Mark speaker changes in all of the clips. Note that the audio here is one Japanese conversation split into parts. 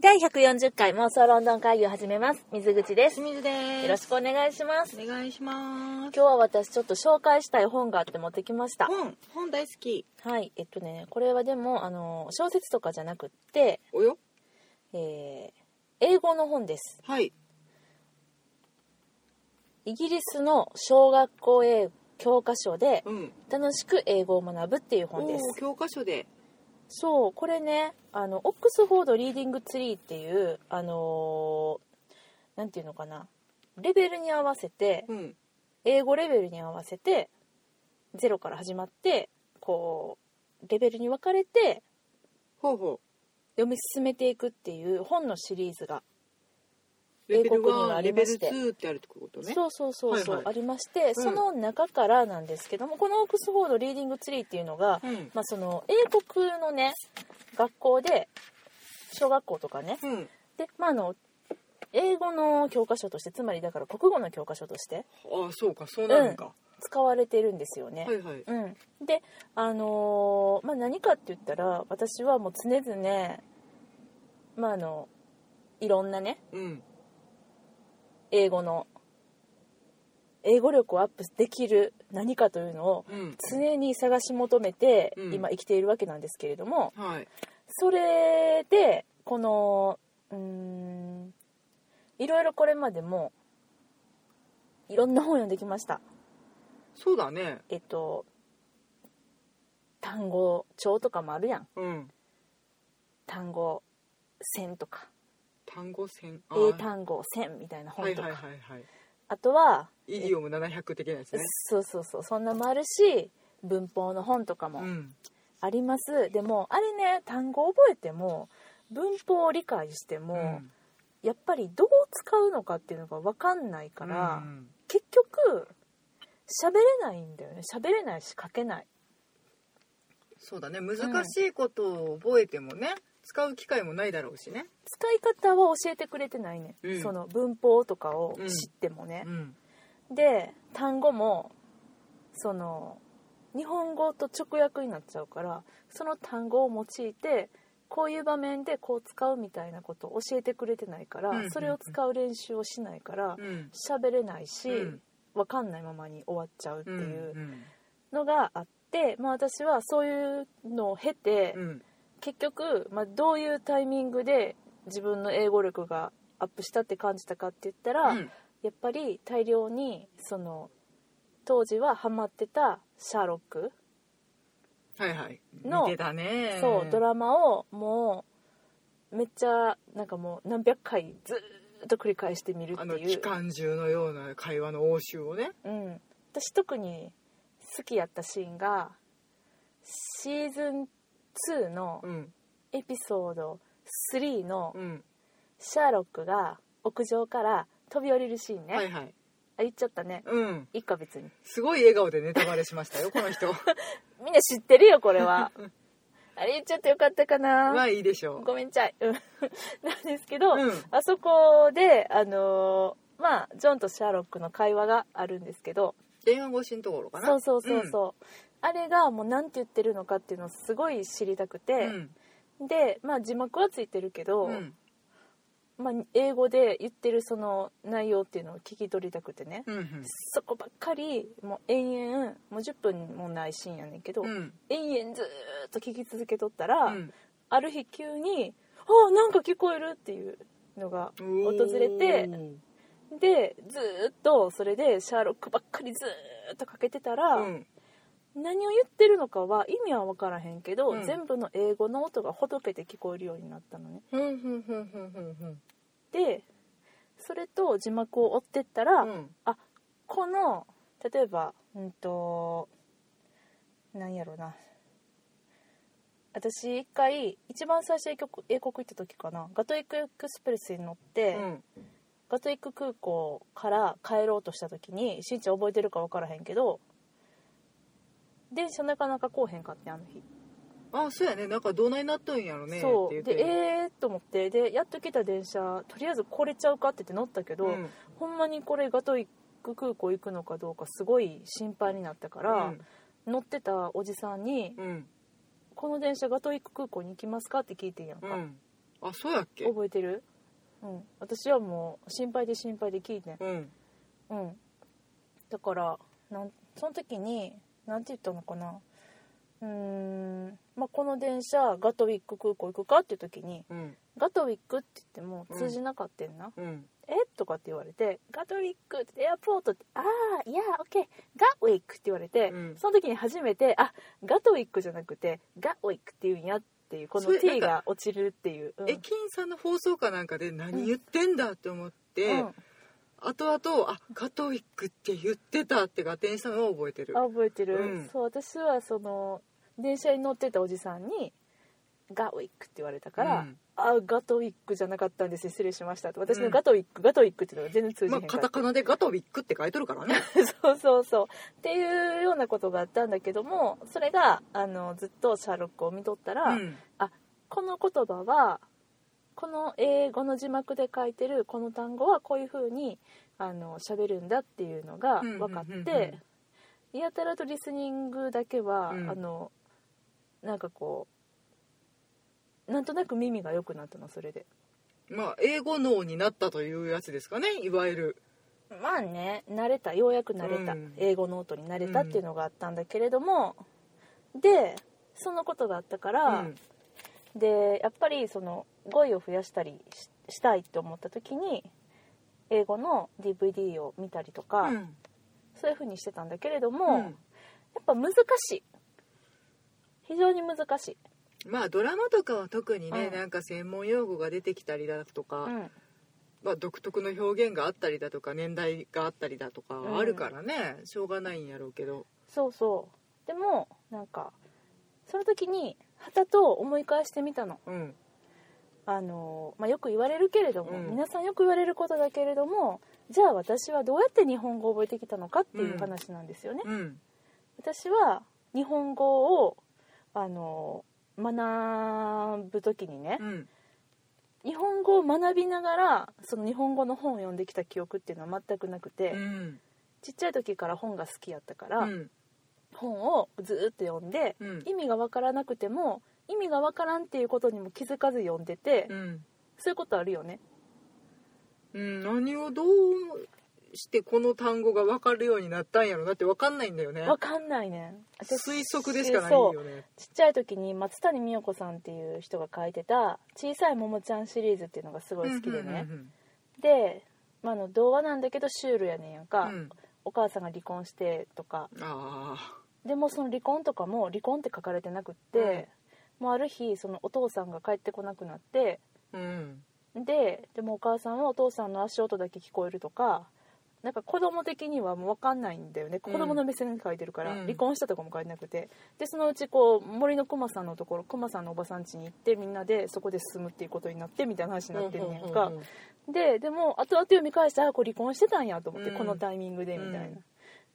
Speaker 1: 第140回妄想ロンドン会議を始めます。水口です。
Speaker 2: 清水です。
Speaker 1: よろしくお願いします。
Speaker 2: お願いし
Speaker 1: 今
Speaker 2: ます。
Speaker 1: 日は私ちょっと紹介したい本があって持ってきました。
Speaker 2: 本、本大好き。
Speaker 1: はい。えっとね、これはでも、あの、小説とかじゃなくって、
Speaker 2: およ。
Speaker 1: えー英語の本です。
Speaker 2: はい。
Speaker 1: イギリスの小学校英教科書で、
Speaker 2: うん。
Speaker 1: 楽しく英語を学ぶっていう
Speaker 2: お
Speaker 1: 本です
Speaker 2: ー。教科書で。
Speaker 1: そうこれねあのオックスフォード・リーディング・ツリーっていうあのーなんていうのかなレベルに合わせて
Speaker 2: うん。
Speaker 1: 英語レベルに合わせてゼロから始まってこうレベルに分かれて
Speaker 2: ほうほ
Speaker 1: 読み進めていくっていう本のシリーズが、
Speaker 2: う。レベル
Speaker 1: 英国には
Speaker 2: 1、
Speaker 1: あ
Speaker 2: レ
Speaker 1: り
Speaker 2: ベ
Speaker 1: ま
Speaker 2: ル
Speaker 1: して
Speaker 2: 2ってあるってことね。
Speaker 1: そうそうそうそう、
Speaker 2: はいはい
Speaker 1: ありまして、その中からなんですけどもこのオックスフォード・リーディング・ツリーっていうのが、
Speaker 2: うん。
Speaker 1: まあ、その英国のね学校で小学校とかね、
Speaker 2: うん。
Speaker 1: でまああの英語の教科書としてつまりだから国語の教科書として
Speaker 2: ああ、そうか、そうなるのか。
Speaker 1: 使われてるんですよね。
Speaker 2: はいはい。
Speaker 1: うん、であのーまあ何かって言ったら私はもう常々まああのいろんなね
Speaker 2: うん。
Speaker 1: 英語の英語力をアップできる何かというのを
Speaker 2: うん。
Speaker 1: 常に探し求めて
Speaker 2: うん
Speaker 1: 今生きているわけなんですけれども、
Speaker 2: はい。
Speaker 1: それでこのうーんいろいろこれまでもいろんな本読んできました
Speaker 2: そうだね。
Speaker 1: えっと単語帳とかもあるやん
Speaker 2: うん。
Speaker 1: 単語線とか
Speaker 2: 単語線。あ
Speaker 1: 英
Speaker 2: ー
Speaker 1: 単語線みたいな本
Speaker 2: はい
Speaker 1: とか、
Speaker 2: はいはいはい。
Speaker 1: あとは、
Speaker 2: イディオム700的なやつね。
Speaker 1: そうそうそうそんなもあるし文法の本とか
Speaker 2: う
Speaker 1: も
Speaker 2: ん。
Speaker 1: あります、でもあれね単語覚えても文法を理解しても、
Speaker 2: うん
Speaker 1: やっぱりどう使うのかっていうのが分かんないから、
Speaker 2: うん
Speaker 1: 結局喋れないんだよね喋れないし書けない
Speaker 2: そうだね。難しいことを覚えてもね、使う機会もないだろうしね。
Speaker 1: 使い方は教えてくれてないね、
Speaker 2: うん
Speaker 1: その文法とかを知ってもね
Speaker 2: う、ん。
Speaker 1: で単語もその日本語と直訳になっちゃうからその単語を用いてこういう場面でこう使うみたいなことを教えてくれてないから、
Speaker 2: うん
Speaker 1: それを使う練習をしないから
Speaker 2: うん。
Speaker 1: 喋れないし、
Speaker 2: うん
Speaker 1: わかんないままに終わっちゃうっていう、
Speaker 2: うん
Speaker 1: のがあって、まあ、私はそういうのを経て、
Speaker 2: うん
Speaker 1: 結局、まあ、どういうタイミングで自分の英語力がアップしたって感じたかって言ったら、
Speaker 2: うん
Speaker 1: やっぱり大量にその当時はハマってた「シャーロック
Speaker 2: はいはい
Speaker 1: の
Speaker 2: 見てたね」
Speaker 1: そうドラマをもうめっちゃなんかもう何百回ずーっと繰り返してみるって
Speaker 2: あの
Speaker 1: い
Speaker 2: 機
Speaker 1: う、
Speaker 2: 関銃のような会話の応酬をね
Speaker 1: うん、私特に好きやったシーンがシーズン2の「
Speaker 2: うん
Speaker 1: エピソード3の
Speaker 2: うん
Speaker 1: シャーロックが屋上から飛び降りるシーンね、
Speaker 2: はいはい
Speaker 1: あ言っちゃったね
Speaker 2: うん
Speaker 1: いいか別に
Speaker 2: すごい笑顔でネタバレしましたよこの人
Speaker 1: みんな知ってるよこれ はあれ言っちゃってよかったかな、
Speaker 2: まあいいでしょ
Speaker 1: ごめんちゃいうんなんですけど、
Speaker 2: ううん
Speaker 1: あそこであのーまあジョンとシャーロックの会話があるんですけど
Speaker 2: 電話越しのところかな
Speaker 1: そうそうそうそう、あれがもう何て言ってるのかっていうのをすごい知りたく
Speaker 2: う
Speaker 1: て、
Speaker 2: ん
Speaker 1: でまあ字幕はついてるけど、
Speaker 2: うん
Speaker 1: まあ、英語で言ってるその内容っていうのを聞き取りたくてね、
Speaker 2: うん
Speaker 1: そこばっかりもう延々もう10分もないシーンやねんけど、
Speaker 2: うんうん
Speaker 1: 延々ずーっと聞き続けとったら、
Speaker 2: うん
Speaker 1: ある日急に「あなんか聞こえる」っていうのが
Speaker 2: お
Speaker 1: 訪
Speaker 2: ー
Speaker 1: れてでずーっとそれでシャーロックばっかりずーっとかけてたら、
Speaker 2: うん
Speaker 1: 何を言ってるのかは意味は分からへんけど、
Speaker 2: うん
Speaker 1: 全部の英語の音がほどけて聞こえるようになったのね。
Speaker 2: ふんふんふんふんふんふん
Speaker 1: でそれと字幕を追ってったら、
Speaker 2: うん
Speaker 1: この例えばうんとなんやろな私一回一番最初英国英国行った時かなガトイックエクスプレスに乗って、
Speaker 2: うん
Speaker 1: ガトイック空港から帰ろうとした時にしんちゃん覚えてるか分からへんけど電車なかなか来おへんかってあの日、
Speaker 2: あそうやねなんかどないなっとんやろね
Speaker 1: そ
Speaker 2: っ
Speaker 1: う
Speaker 2: て言
Speaker 1: で
Speaker 2: ってえ
Speaker 1: ええー、と思ってでやっと来た電車とりあえず来れちゃうかって言って乗ったけど、
Speaker 2: うん
Speaker 1: ほんまにこれガトイック空港行くのかどうかすごい心配になったから、乗ってたおじさんに
Speaker 2: うん
Speaker 1: 「この電車ガトイック空港に行きますか?」って聞いてんやん
Speaker 2: う
Speaker 1: か、
Speaker 2: んあそうやっけ
Speaker 1: 覚えてるうん私はもう心配で心配で聞いてん
Speaker 2: うん
Speaker 1: うんだからなんその時に何て言ったのかなうーん、まあ、この電車ガトウィック空港行くかっていう時に
Speaker 2: うん
Speaker 1: ガトウィックって言っても通じなかったんな、
Speaker 2: うん
Speaker 1: えとかって言われてガトウィックってエアポートってああいやオッケーガウィックって言われて、
Speaker 2: うん
Speaker 1: その時に初めてあガトウィックじゃなくてガウィックって言うんやっていうこ
Speaker 2: そ
Speaker 1: の
Speaker 2: れ
Speaker 1: T
Speaker 2: なん
Speaker 1: が落ちるっていう、うん
Speaker 2: 駅員さんの放送かなんかで何言ってんだって思っ
Speaker 1: う
Speaker 2: て、
Speaker 1: ん
Speaker 2: 後々あガトウィックって言ってたって合点したのを覚えてる
Speaker 1: あ覚えてる、
Speaker 2: うん
Speaker 1: そう私はその電車に乗ってたおじさんに「ガウィック」って言われたから「
Speaker 2: うん
Speaker 1: あガトウィックじゃなかったんです失礼しました」と私
Speaker 2: う
Speaker 1: の「
Speaker 2: ん
Speaker 1: ガトウィック、ガトウィック」っていうのが全然通じ
Speaker 2: ま
Speaker 1: へ
Speaker 2: あ
Speaker 1: んか
Speaker 2: カ
Speaker 1: ら
Speaker 2: タ、カナでガトウィックって書いとるからね
Speaker 1: そうそうそうっていうようなことがあったんだけどもそれがあのずっとシャーロックを見とったら、
Speaker 2: うん
Speaker 1: この言葉はこの英語の字幕で書いてるこの単語はこういう風にあの喋るんだっていうのが分かっ
Speaker 2: うんうんうん
Speaker 1: てやたらとリスニングだけは、
Speaker 2: うん
Speaker 1: あのなんかこうなんとなく耳が良くなったのそれで
Speaker 2: まあ英語脳になったというやつですかねいわゆる
Speaker 1: まあね慣れたようやく慣れた、
Speaker 2: うん
Speaker 1: 英語の音に慣れたっていうのがあったんだけれども、でそのことがあったから、
Speaker 2: うん
Speaker 1: でやっぱりその語彙を増やしたりししたいって思った時に英語の DVD を見たりとか、
Speaker 2: うん
Speaker 1: そういう風にしてたんだけれども、
Speaker 2: う
Speaker 1: や
Speaker 2: ん
Speaker 1: っぱ難しい非常に難しい、
Speaker 2: まあドラマとかは特にね、
Speaker 1: うん
Speaker 2: なんか専門用語が出てきたりだとか、
Speaker 1: うん
Speaker 2: まあ、独特の表現があったりだとか年代があったりだとか
Speaker 1: うん
Speaker 2: あるからね、しょうがないんやろうけど
Speaker 1: そうそうでもなんかその時に旗と思い返してみたの
Speaker 2: うん
Speaker 1: あの、まあ、よく言われるけれども、
Speaker 2: うん
Speaker 1: 皆さんよく言われることだけれどもじゃあ私はどうやって日本語を覚えてきたのかっていう話なんですよね、
Speaker 2: うん
Speaker 1: 私は日本語をあの学ぶ時にね
Speaker 2: うん
Speaker 1: 日本語を学びながらその日本語の本を読んできた記憶っていうのは全くなくて、
Speaker 2: うん
Speaker 1: ちっちゃい時から本が好きやったか
Speaker 2: う
Speaker 1: ら、
Speaker 2: ん
Speaker 1: 本をずっと読んで、
Speaker 2: うん
Speaker 1: 意味がわからなくても意味がわからんっていうことにも気づかず読んでて、
Speaker 2: うん
Speaker 1: そういうことあるよね
Speaker 2: うん何をどうしてこの単語が分かるようになったんやろだって分かんないんだよね
Speaker 1: わかんないね
Speaker 2: 推測でしかない
Speaker 1: そう
Speaker 2: よね
Speaker 1: ちっちゃい時に松谷美代子さんっていう人が書いてた「小さいももちゃん」シリーズっていうのがすごい好きでね、
Speaker 2: うん
Speaker 1: で、まあ、あの童話なんだけどシュールやねんやん
Speaker 2: う
Speaker 1: か、
Speaker 2: んうんうん
Speaker 1: お母さんが離婚してとか
Speaker 2: ああ
Speaker 1: でもその離婚とかも離婚って書かれてなくって、もうある日そのお父さんが帰ってこなくなって
Speaker 2: うん
Speaker 1: ででもお母さんはお父さんの足音だけ聞こえるとかなんか子供的にはもう分かんないんだよね子供の目線で書いてるから、
Speaker 2: うん
Speaker 1: 離婚したとかも書いてなくてでそのうちこう森の熊さんのところ熊さんのおばさん家に行ってみんなでそこで進むっていうことになってみたいな話になってるんねやんか。
Speaker 2: うんうん
Speaker 1: ででも後々読み返してあこれ離婚してたんやと思って、
Speaker 2: うん
Speaker 1: このタイミングでみたい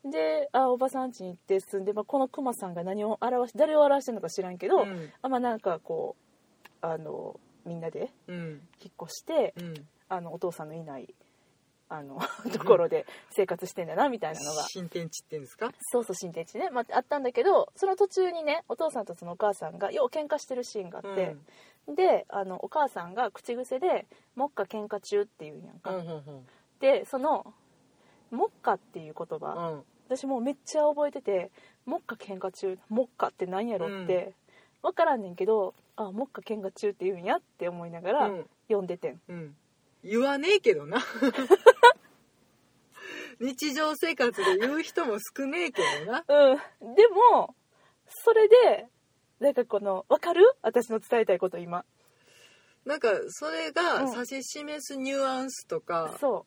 Speaker 1: な、であおばさん家に行って進んで、まあ、このクマさんが何を表し誰を表してるのか知らんけど、
Speaker 2: うん
Speaker 1: あまあなんかこうあのみんなで
Speaker 2: うん
Speaker 1: 引っ越して
Speaker 2: うん
Speaker 1: あのお父さんのいないあの ところで生活してんだなみたいなのが
Speaker 2: 新天地っていうんですか
Speaker 1: そうそう新天地ね、まあ、あったんだけどその途中にねお父さんとそのお母さんがよう喧嘩してるシーンがあって、であのお母さんが口癖で「もっか喧嘩中」っていうんやんか。
Speaker 2: うんうんうん
Speaker 1: でその「目下」っていう言
Speaker 2: う
Speaker 1: 葉
Speaker 2: ん
Speaker 1: 私もうめっちゃ覚えてて「目下喧嘩中」「目下」って何やろって、わ分からんねんけど「あ目下喧嘩中」って言うんやって思いながら
Speaker 2: うん
Speaker 1: 読んでてん、
Speaker 2: うん、言わねえけど な日常生活で言う人も少ねえけどな
Speaker 1: うん、でもそれでなんかこの分かる私の伝えたいこと今
Speaker 2: なんかそれが
Speaker 1: うん
Speaker 2: 指し示すニュアンスとか、
Speaker 1: そ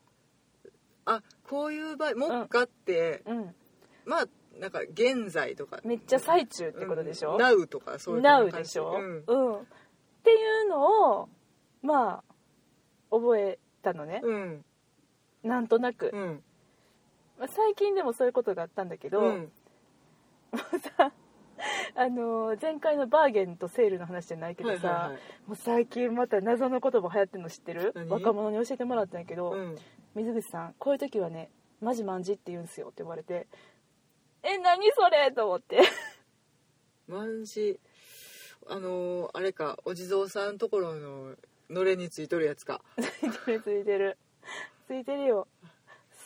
Speaker 2: あこういう場合「もっか」って、
Speaker 1: う、うん、
Speaker 2: まあなんか「現在」とか
Speaker 1: めっちゃ最中ってことでしょ、
Speaker 2: うん Now」とかそういう
Speaker 1: な
Speaker 2: 感
Speaker 1: う
Speaker 2: じ
Speaker 1: でしょ、
Speaker 2: うん
Speaker 1: うん、っていうのをまあ覚えたのね、
Speaker 2: うん
Speaker 1: なんとなく、
Speaker 2: うん
Speaker 1: まあ最近でもそういうことがあったんだけど、
Speaker 2: うん
Speaker 1: あのー前回のバーゲンとセールの話じゃないけどさ、
Speaker 2: はいはいはい
Speaker 1: もう最近また謎の言葉流行ってるの知ってる
Speaker 2: 何
Speaker 1: 若者に教えてもらったんやけど、
Speaker 2: うん
Speaker 1: 水口さんこういう時はねマジマンジって言うんすよって言われてえ何それと思って
Speaker 2: 万事あのーあれかお地蔵さんところののれんについとるやつか
Speaker 1: ついてるついてるついてるよ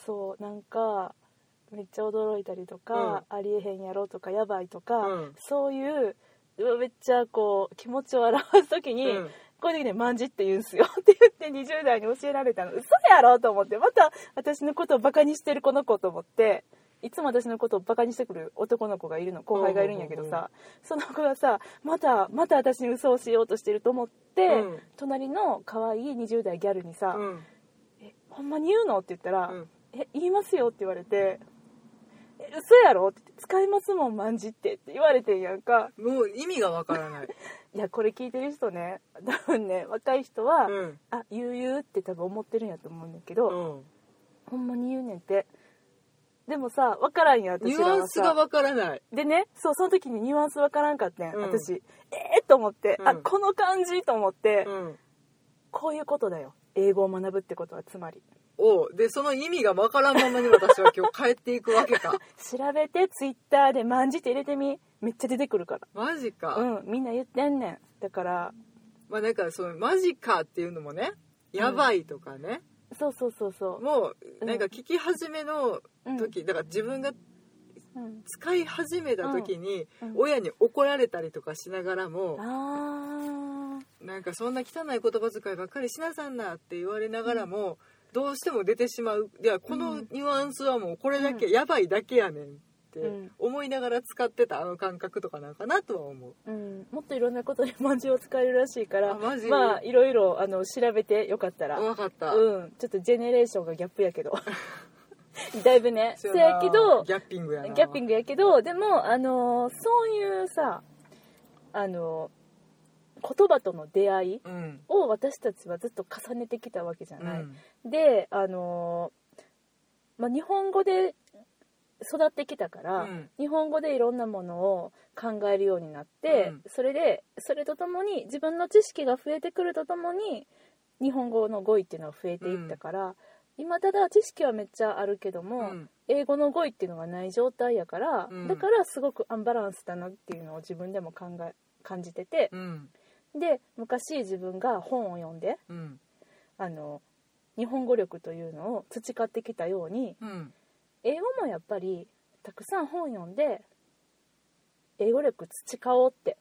Speaker 1: そうなんかめっちゃ驚いたりとか、ありえへんやろとかやばいとか、
Speaker 2: うん
Speaker 1: そういううわめっちゃこう気持ちを表す時に、
Speaker 2: うん
Speaker 1: こういう時に「まんじって言うんすよ」って言って20代に教えられたの嘘やろと思ってまた私のことをバカにしてるこの子と思っていつも私のことをバカにしてくる男の子がいるの後輩がいるんやけどさ、その子がさまたまた私に嘘をしようとしてると思って、
Speaker 2: うん
Speaker 1: 隣の可愛い20代ギャルにさ「
Speaker 2: うん
Speaker 1: えほんまに言うの?」って言ったら「
Speaker 2: うん
Speaker 1: え言いますよ」って言われて「え嘘やろ?」って言って「使いますもんまんじって」って言われてんやんか
Speaker 2: もう意味がわからない
Speaker 1: いやこれ聞いてる人ね多分ね若い人は、
Speaker 2: うん
Speaker 1: あ言う言うって多分思ってるんやと思うんだけど、
Speaker 2: うん
Speaker 1: ほんまに言うねんってでもさ分からんやん
Speaker 2: ニ
Speaker 1: 私
Speaker 2: ュ
Speaker 1: ら
Speaker 2: ア
Speaker 1: は
Speaker 2: ンスが
Speaker 1: さ
Speaker 2: わからない
Speaker 1: でねそうその時にニュアンス分からんかったん、
Speaker 2: うん
Speaker 1: 私えっ、と思って、
Speaker 2: うん
Speaker 1: あこの感じと思って、
Speaker 2: うん
Speaker 1: こういうことだよ英語を学ぶってことはつまり
Speaker 2: おうでその意味がわからんままに私は今日帰っていくわけ か
Speaker 1: 調べてツイッターで「まんじ」って入れてみめっちゃ出てくるか
Speaker 2: マジか、
Speaker 1: らうんみんな言ってんねんだから
Speaker 2: まあなんかそのマジかっていうのもねやばいとかね、
Speaker 1: そうそうそうそう
Speaker 2: もうなんか聞き始めの時、だから自分が
Speaker 1: うん、
Speaker 2: 使い始めた時に
Speaker 1: うんうん
Speaker 2: 親に怒られたりとかしながらも
Speaker 1: あー
Speaker 2: なんかそんな汚い言葉遣いばっかりしなさんなって言われながらもどうしても出てしまういやこのニュアンスはもうこれだけやばいだけやねんって
Speaker 1: うん
Speaker 2: 思いながら使ってたあの感覚とかなんかなとは思う
Speaker 1: うん、もっといろんなことにまんじを使えるらしいから
Speaker 2: あマジ
Speaker 1: まあいろいろあの調べてよかったら
Speaker 2: 分かった、
Speaker 1: うんちょっとジェネレーションがギャップや けどだいぶね
Speaker 2: そ
Speaker 1: せ
Speaker 2: やな
Speaker 1: やけどギ
Speaker 2: ギャッピングやな
Speaker 1: ャッピングやけどでもあのーそういうさあのー言葉との出会い
Speaker 2: うん、
Speaker 1: を私たちはずっと重ねてきたわけじゃ
Speaker 2: う
Speaker 1: ない、
Speaker 2: ん
Speaker 1: であのーまあ、日本語で育ってきたから、
Speaker 2: うん
Speaker 1: 日本語でいろんなものを考えるようになって、
Speaker 2: うん
Speaker 1: それでそれとともに自分の知識が増えてくるとともに日本語の語彙っていうのは増えていったから、今ただ知識はめっちゃあるけど
Speaker 2: う
Speaker 1: も、
Speaker 2: ん
Speaker 1: 英語の語彙っていうのがない状態やから、
Speaker 2: うん
Speaker 1: だからすごくアンバランスだなっていうのを自分でも考え感じてて
Speaker 2: う、ん
Speaker 1: で昔自分が本を読んで
Speaker 2: うん
Speaker 1: あの日本語力というのを培ってきたように
Speaker 2: うん
Speaker 1: 英語もやっぱりたくさん本読んで英語力培おうって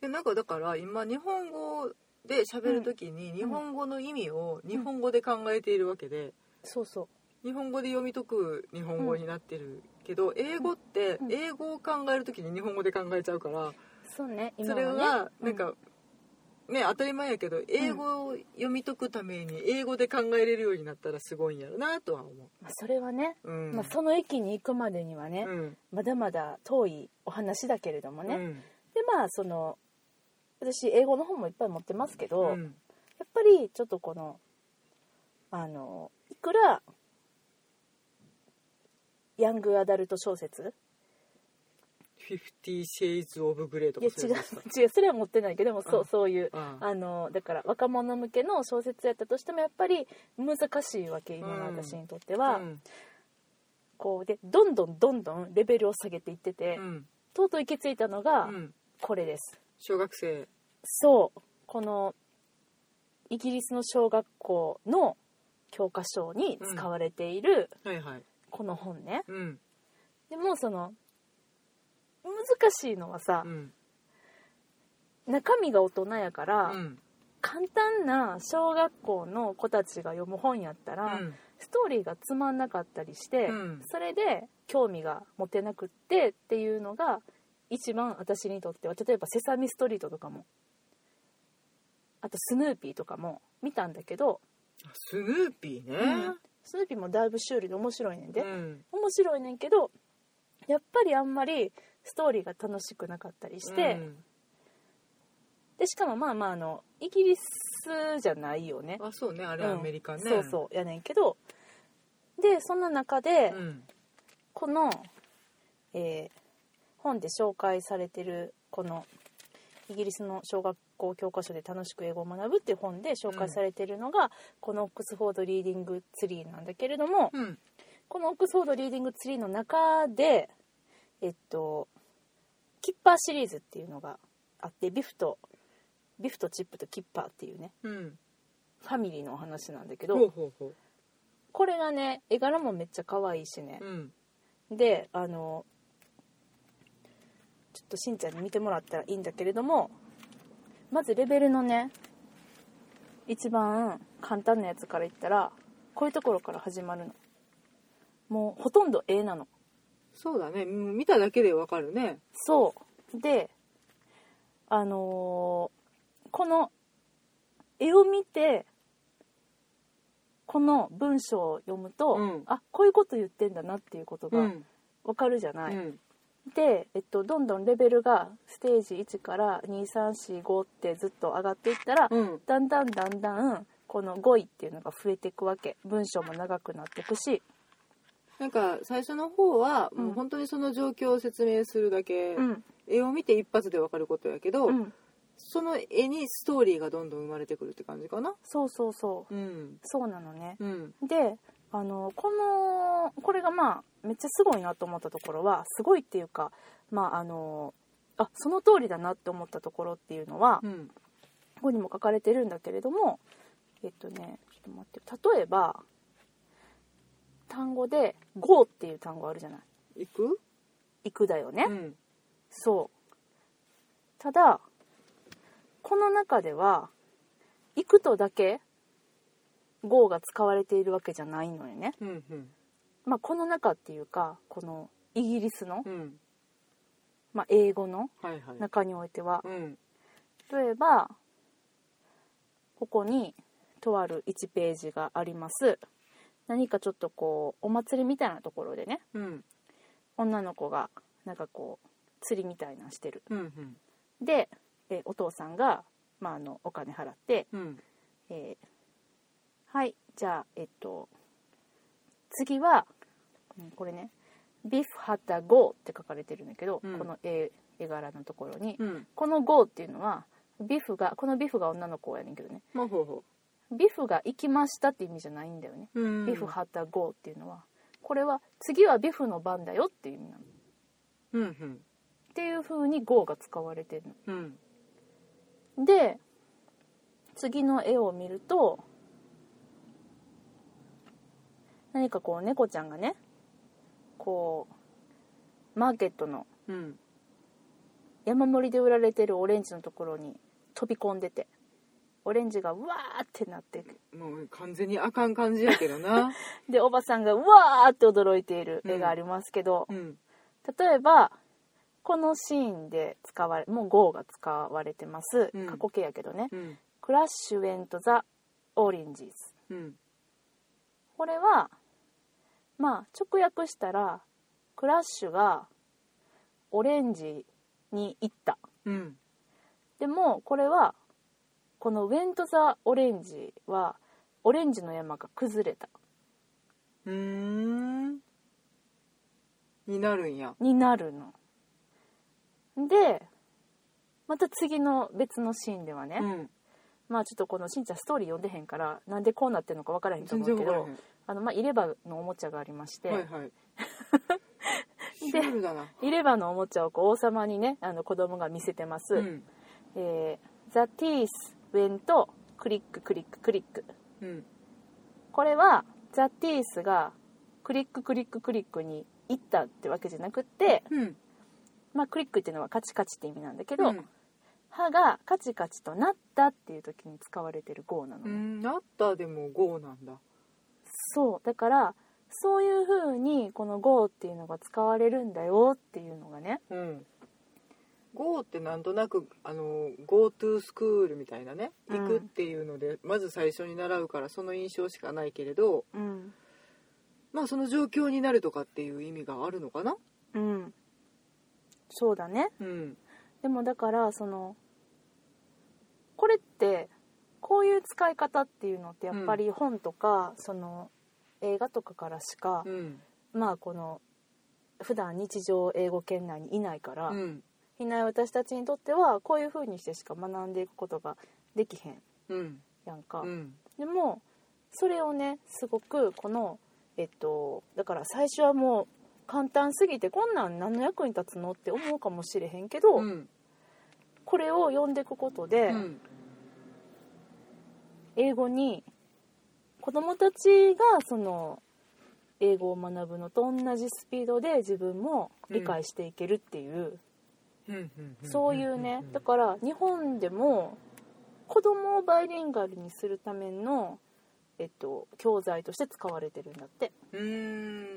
Speaker 2: でなんかだから今日本語で喋る時に日本語の意味を日本語で考えているわけで、
Speaker 1: そうそ
Speaker 2: 日本語で読み解く日本語になってるけど、英語って
Speaker 1: うん
Speaker 2: 英語を考える時に日本語で考えちゃうから、
Speaker 1: うそうね
Speaker 2: そ
Speaker 1: 今
Speaker 2: れ
Speaker 1: はね
Speaker 2: は
Speaker 1: うん
Speaker 2: なんか、ね当たり前やけど英語を読み解くために英語で考えれるようになったらすごいんやろなとは思
Speaker 1: まあ、それはね、
Speaker 2: う。うん
Speaker 1: まあ、その駅に行くまでにはね、
Speaker 2: うん
Speaker 1: まだまだ遠いお話だけれどもね、
Speaker 2: う
Speaker 1: で
Speaker 2: ん
Speaker 1: まあその私英語の本もいっぱい持ってますけど、
Speaker 2: う
Speaker 1: やっ
Speaker 2: ん
Speaker 1: ぱりちょっとこのあのいくらヤングアダルト小説、
Speaker 2: 50 Shades of Grey と
Speaker 1: い
Speaker 2: か
Speaker 1: や違
Speaker 2: そういうこと
Speaker 1: う違うそれは持ってないけどでもそううんそういう
Speaker 2: ああ
Speaker 1: あのだから若者向けの小説やったとしてもやっぱり難しいわけ今の
Speaker 2: うん
Speaker 1: 私にとっては、
Speaker 2: うん
Speaker 1: こうでどんどんどんどんレベルを下げていってて、
Speaker 2: うん
Speaker 1: とうとう行き着いたのが
Speaker 2: うん
Speaker 1: これです、
Speaker 2: 小学生
Speaker 1: そうこのイギリスの小学校の教科書に使われている
Speaker 2: はいはい
Speaker 1: この本ね、
Speaker 2: うん
Speaker 1: でもその難しいのはさ
Speaker 2: う、ん
Speaker 1: 中身が大人やか
Speaker 2: う
Speaker 1: ら、
Speaker 2: ん
Speaker 1: 簡単な小学校の子たちが読む本やった
Speaker 2: う
Speaker 1: ら、
Speaker 2: ん
Speaker 1: ストーリーがつまんなかったりして、
Speaker 2: うん
Speaker 1: それで興味が持てなくってっていうのが一番私にとっては例えば「セサミストリート」とかもあと「スヌーピー」とかも見たんだけど、
Speaker 2: スヌーピーね
Speaker 1: スヌーピーもだいぶシュールで面白いねんで、
Speaker 2: うん
Speaker 1: 面白いねんけどやっぱりあんまりストーリーが楽しくなかったりして、
Speaker 2: うん
Speaker 1: でしかもまあまああのイギリスじゃないよね
Speaker 2: あそうねあれ
Speaker 1: うん
Speaker 2: アメリカね
Speaker 1: そうそうやねんけどでそんな中で、
Speaker 2: うん
Speaker 1: この、えー本で紹介されてるこのイギリスの小学校教科書で楽しく英語を学ぶっていう本で紹介されてるのが、このオックスフォード・リーディング・ツリーなんだけれども、
Speaker 2: うん
Speaker 1: このオックスフォード・リーディング・ツリーの中でえっとキッパーシリーズっていうのがあってビフとビフとチップとキッパーっていうね
Speaker 2: うん
Speaker 1: ファミリーのお話なんだけ
Speaker 2: ほう
Speaker 1: ど
Speaker 2: ほうほ
Speaker 1: これがね絵柄もめっちゃ可愛いしね
Speaker 2: ううん
Speaker 1: であのちょっとしんちゃんに見てもらったらいいんだけれどもまずレベルのね一番簡単なやつからいったらこういうところから始まるのもうほとんど絵なの
Speaker 2: そうだねうん見ただけでわかるね
Speaker 1: そうであのーこの絵を見てこの文章を読むと、
Speaker 2: うん
Speaker 1: あこういうこと言ってんだなっていうことが
Speaker 2: うん
Speaker 1: わかるじゃない、
Speaker 2: うん
Speaker 1: で、えっと、どんどんレベルがステージ1から2345ってずっと上がっていったら、
Speaker 2: うん
Speaker 1: だんだんだんだんこの語彙っていうのが増えていくわけ文章も長くなっていくし、
Speaker 2: なんか最初の方は
Speaker 1: うん
Speaker 2: もう本当にその状況を説明するだけ、
Speaker 1: うん
Speaker 2: 絵を見て一発でわかることやけど、
Speaker 1: うん、
Speaker 2: その絵にストーリーがどんどん生まれてくるって感じかな
Speaker 1: そうそうそう
Speaker 2: うん
Speaker 1: そうなのね
Speaker 2: うん
Speaker 1: であのこのこれがまあめっちゃすごいなと思ったところはすごいっていうかまああのあその通りだなって思ったところっていうのは、
Speaker 2: うん
Speaker 1: ここにも書かれてるんだけれどもえっとねちょっと待って例えば単語で「go」っていう単語あるじゃない
Speaker 2: 行く
Speaker 1: 「行く」だよね、
Speaker 2: うん
Speaker 1: そうただこの中では「行く」とだけ「go」が使われているわけじゃないのよね
Speaker 2: うんうん
Speaker 1: まあこの中っていうかこのイギリスの
Speaker 2: う、ん
Speaker 1: まあ、英語の
Speaker 2: はいはい
Speaker 1: 中においては
Speaker 2: うん
Speaker 1: 例えばここにとある1ページがあります何かちょっとこうお祭りみたいなところでね
Speaker 2: うん
Speaker 1: 女の子がなんかこう釣りみたいなのしてる
Speaker 2: うんうん
Speaker 1: で、えーお父さんが、まあ、あのお金払って、
Speaker 2: うん
Speaker 1: えーはいじゃあえっと次はうんこれね「ビフハタゴー」って書かれてるんだけど、
Speaker 2: うん
Speaker 1: この絵絵柄のところに、
Speaker 2: うん
Speaker 1: この「ゴー」っていうのはビフがこのビフが女の子やねんけどね
Speaker 2: まあほうほ
Speaker 1: ビフが行きましたって意味じゃないんだよね、
Speaker 2: ううん
Speaker 1: ビフハタゴーっていうのはこれは次はビフの番だよっていう意味なのっ
Speaker 2: うんうん
Speaker 1: ていう風にゴーが使われてる
Speaker 2: うん
Speaker 1: ので次の絵を見ると何かこう猫ちゃんがねこうマーケットの
Speaker 2: うん
Speaker 1: 山盛りで売られてるオレンジのところに飛び込んでてオレンジがうわーってなってる
Speaker 2: もう完全にあかん感じやけどな
Speaker 1: でおばさんがうわーって驚いている絵がありますけど、
Speaker 2: うん
Speaker 1: 例えばこのシーンで使われもう GO が使われてます、
Speaker 2: うん
Speaker 1: 過去形やけどね
Speaker 2: うん
Speaker 1: 「クラッシュ・ウェント・ザ・オレンジズ
Speaker 2: うん」
Speaker 1: これはまあ直訳したらクラッシュがオレンジに行った
Speaker 2: うん
Speaker 1: でもこれはこの「ウェント・ザ・オレンジ」はオレンジの山が崩れた
Speaker 2: うーんになるんや
Speaker 1: になるのでまた次の別のシーンではね、
Speaker 2: うん
Speaker 1: まあちょっとこのしんちゃんストーリー読んでへんからなんでこうなってるのか分からへんと
Speaker 2: 全
Speaker 1: 思う
Speaker 2: 然
Speaker 1: け
Speaker 2: わから
Speaker 1: ど
Speaker 2: へん
Speaker 1: あの、まあ、イレバのおもちゃがありまして、
Speaker 2: はいはいシュールだな
Speaker 1: イレバのおもちゃをこう王様にねあの子供が見せてます「
Speaker 2: うん
Speaker 1: えー、The teeth went クリッククリッククリック
Speaker 2: うん」
Speaker 1: これは「The teeth」がクリッククリッククリックに行ったってわけじゃなくって、
Speaker 2: うん
Speaker 1: まあ、クリックっていうのはカチカチって意味なんだけど、
Speaker 2: うん
Speaker 1: 歯がカチカチとなったっていう時に使われてる語なの
Speaker 2: う
Speaker 1: ね。
Speaker 2: んなったでも5なんだ
Speaker 1: そうだからそういう風にこの「GO」っていうのが使われるんだよっていうのがね
Speaker 2: うん、GO ってなんとなくあの GoTo スクールみたいなね
Speaker 1: う
Speaker 2: 行
Speaker 1: ん
Speaker 2: くっていうので、まず最初に習うからその印象しかないけれど
Speaker 1: うん、
Speaker 2: まあその状況になるとかっていう意味があるのかな
Speaker 1: うん、そうだね
Speaker 2: うん
Speaker 1: でもだからそのこれってこういう使い方っていうのってやっぱり本とか、その映画とかからしか
Speaker 2: う、ん
Speaker 1: まあこの普段日常英語圏内にいないから、
Speaker 2: うん
Speaker 1: いない私たちにとってはこういう風にしてしか学んでいくことができへん
Speaker 2: うん
Speaker 1: やんか。
Speaker 2: うん
Speaker 1: でもそれをねすごくこのえっとだから最初はもう簡単すぎてこんなん何の役に立つのって思うかもしれへんけど、
Speaker 2: うん
Speaker 1: これを読んでいくことで、
Speaker 2: うん
Speaker 1: 英語に子供たちがその英語を学ぶのと同じスピードで自分も理解していけるっていう、そういうねだから日本でも子供をバイリンガルにするための、えっと、教材として使われてるんだって
Speaker 2: うー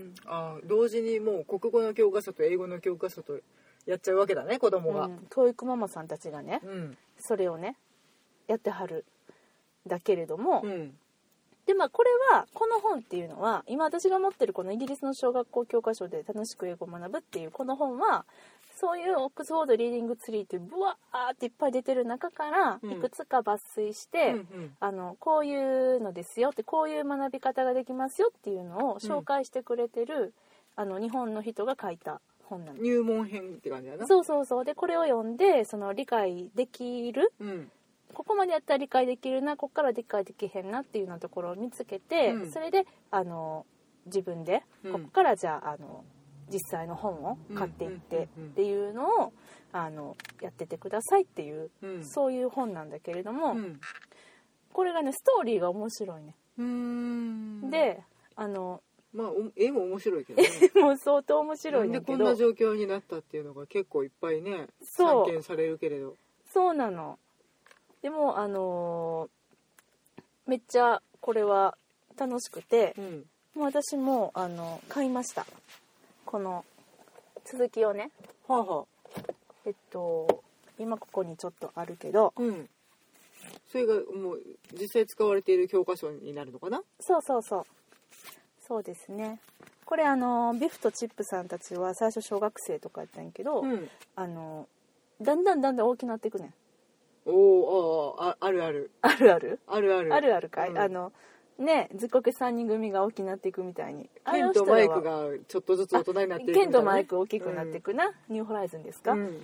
Speaker 2: んあー同時にもう国語の教科書と英語の教科書とやっちゃうわけだね子供が
Speaker 1: うん教育ママさんたちがね
Speaker 2: うん
Speaker 1: それをねやってはるだけれども、
Speaker 2: うん
Speaker 1: でまあこれはこの本っていうのは今私が持ってるこのイギリスの小学校教科書で楽しく英語を学ぶっていうこの本はそういうオックスフォード・リーディング・ツリーっていうブワーっていっぱい出てる中から
Speaker 2: うん
Speaker 1: いくつか抜粋して、
Speaker 2: うん
Speaker 1: あのこういうのですよってこういう学び方ができますよっていうのを紹介してくれてる、あの日本の人が書いた本なんで
Speaker 2: うん入門編って感じだな
Speaker 1: す。そうそうそうでこれを読んでその理解できる
Speaker 2: うん
Speaker 1: ここまでやったら理解できるなここから理解できへんなっていうようなところを見つけて、
Speaker 2: うん
Speaker 1: それであの自分で
Speaker 2: うん
Speaker 1: ここからじゃああの実際の本を買っていって
Speaker 2: うんうんうんう
Speaker 1: っ
Speaker 2: ん
Speaker 1: ていうのをあのやっててくださいっていう、
Speaker 2: うん
Speaker 1: そういう本なんだけれども、
Speaker 2: うん
Speaker 1: これがねストーリーが面白いね。
Speaker 2: うーん
Speaker 1: であの
Speaker 2: まあお絵も面白いけどね
Speaker 1: もう相当面白いん
Speaker 2: な
Speaker 1: だ
Speaker 2: んでこ
Speaker 1: け
Speaker 2: んな
Speaker 1: ど
Speaker 2: 状況になったっていうのが結構いっぱいね
Speaker 1: そう
Speaker 2: 散見されるけれど
Speaker 1: そうなのでもあのめっちゃこれは楽しくて、
Speaker 2: うん
Speaker 1: もう私もあの買いましたこの続きをね
Speaker 2: はあは
Speaker 1: えっと今ここにちょっとあるけど
Speaker 2: あうんそれがもう実際使われている教科書になるのかな
Speaker 1: そうそうそうそうですねこれあのビフとチップさんたちは最初小学生とかやったんやけど、
Speaker 2: うん
Speaker 1: あのだんだんだんだん大きなっていくねん
Speaker 2: おーあーああるある
Speaker 1: あるある
Speaker 2: あるある
Speaker 1: あるあるかい、
Speaker 2: うん
Speaker 1: あのねずっこけ3人組が大きなっていくみたいにあ
Speaker 2: ケ
Speaker 1: の
Speaker 2: ン
Speaker 1: 人
Speaker 2: と
Speaker 1: らは
Speaker 2: マイクがちょっとずつ大人になっていくみたいな
Speaker 1: 剣
Speaker 2: ね
Speaker 1: とマイク大きくなっていくな、ニューホライズンですか、
Speaker 2: うん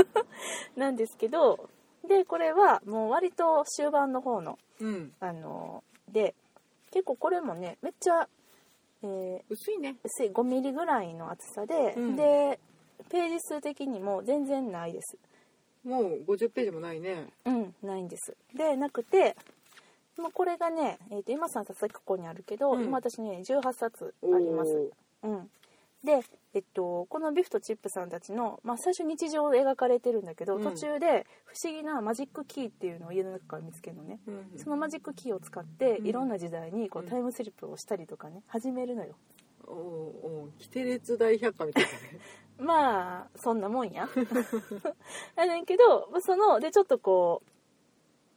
Speaker 1: なんですけどでこれはもう割と終盤の方の、
Speaker 2: うん
Speaker 1: あので結構これもねめっちゃ、えー
Speaker 2: 薄いね
Speaker 1: 薄い5ミリぐらいの厚さで、
Speaker 2: うん
Speaker 1: でページ数的にも全然ないです
Speaker 2: もう50ページもないね
Speaker 1: うんないんですでなくてもうこれがね、えー、と今さんさっきここにあるけど、
Speaker 2: うん
Speaker 1: 今私ね18冊
Speaker 2: おー
Speaker 1: ありますうん、で、えっと、このビフとチップさんたちの、まあ、最初日常で描かれてるんだけど、
Speaker 2: うん
Speaker 1: 途中で不思議なマジックキーっていうのを家の中から見つけるのね、
Speaker 2: うん
Speaker 1: そのマジックキーを使って、
Speaker 2: うん
Speaker 1: いろんな時代にこ
Speaker 2: う
Speaker 1: うんタイムスリップをしたりとかね始めるのよ
Speaker 2: おーおーキテレツ大百科みたいなね
Speaker 1: まあそんなもん ややねんけどまあそのでちょっとこう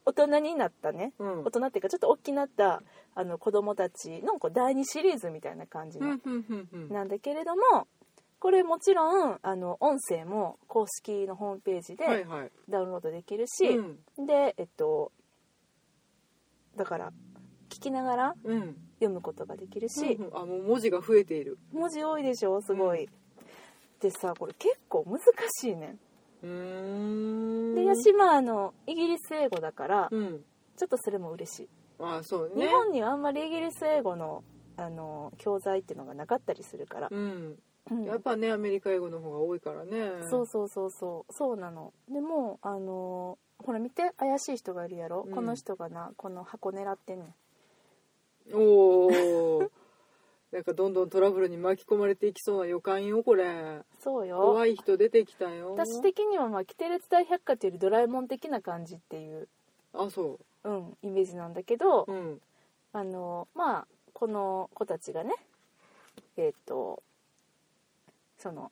Speaker 1: 大人になったね
Speaker 2: うん
Speaker 1: 大人っていうかちょっと大きなったあの子供たちのこう第2シリーズみたいな感じ
Speaker 2: う
Speaker 1: の
Speaker 2: んうんうんうん
Speaker 1: なんだけれどもこれもちろんあの音声も公式のホームページ
Speaker 2: はい
Speaker 1: で
Speaker 2: はい
Speaker 1: ダウンロードできるし、
Speaker 2: うん
Speaker 1: でえっとだから聞きながら
Speaker 2: うん
Speaker 1: 読むことができるし、
Speaker 2: うんうんあもう文字が増えている
Speaker 1: 文字多いでしょすごい。
Speaker 2: う
Speaker 1: でさこれ結構難しいね
Speaker 2: うー
Speaker 1: ん。
Speaker 2: ん
Speaker 1: でやしまあのイギリス英語だから、
Speaker 2: うん
Speaker 1: ちょっとそれも嬉し
Speaker 2: あーそう
Speaker 1: い。
Speaker 2: ね
Speaker 1: 日本にはあんまりイギリス英語のあの教材っていうのがなかったりするから、
Speaker 2: うん
Speaker 1: うん
Speaker 2: やっぱねアメリカ英語の方が多いからね
Speaker 1: そうそうそうそうそうなのでもあのーほら見て怪しい人がいるやろ、
Speaker 2: うん
Speaker 1: この人がなこの箱狙ってんねん
Speaker 2: おお なんかどんどんトラブルに巻き込まれていきそうな予感よこれ
Speaker 1: そうよ
Speaker 2: 怖い人出てきたよ
Speaker 1: 私的にはまあ「キテレツ大百科」っていうよりドラえもん的な感じっていう、
Speaker 2: あそ
Speaker 1: うん、イメージなんだけど、
Speaker 2: ううん
Speaker 1: あのーまあこの子たちがねえっ、とその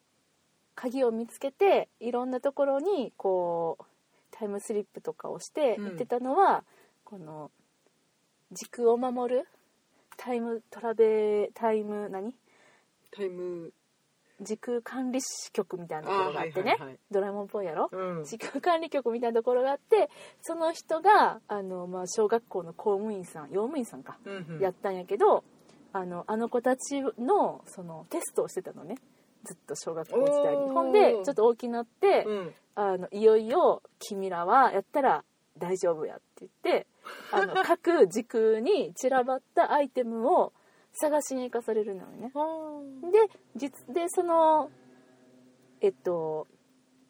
Speaker 1: 鍵を見つけていろんなところにこうタイムスリップとかをして
Speaker 2: うん
Speaker 1: 行ってたのは、この時空を守るタイムトラベタイム何
Speaker 2: タイム
Speaker 1: 時空管理支局みたいなとこ
Speaker 2: あ
Speaker 1: ろ
Speaker 2: ー
Speaker 1: があ
Speaker 2: は
Speaker 1: っ
Speaker 2: い
Speaker 1: て
Speaker 2: は
Speaker 1: ね、
Speaker 2: いはい
Speaker 1: ドラえもんっぽいやろ、
Speaker 2: うん
Speaker 1: 時空管理局みたいなところがあってその人があの、まあ、小学校の公務員さん用務員さんか、
Speaker 2: うんうん
Speaker 1: やったんやけどあのあの子たちのそのテストをしてたのねずっと小学校時代
Speaker 2: お
Speaker 1: に
Speaker 2: ー
Speaker 1: ほんでちょっと大きなって、
Speaker 2: うん
Speaker 1: あのいよいよ「君らはやったら大丈夫や」って言ってあの各時空に散らばったアイテムを探しに行かされるのよね。で実でそのえっと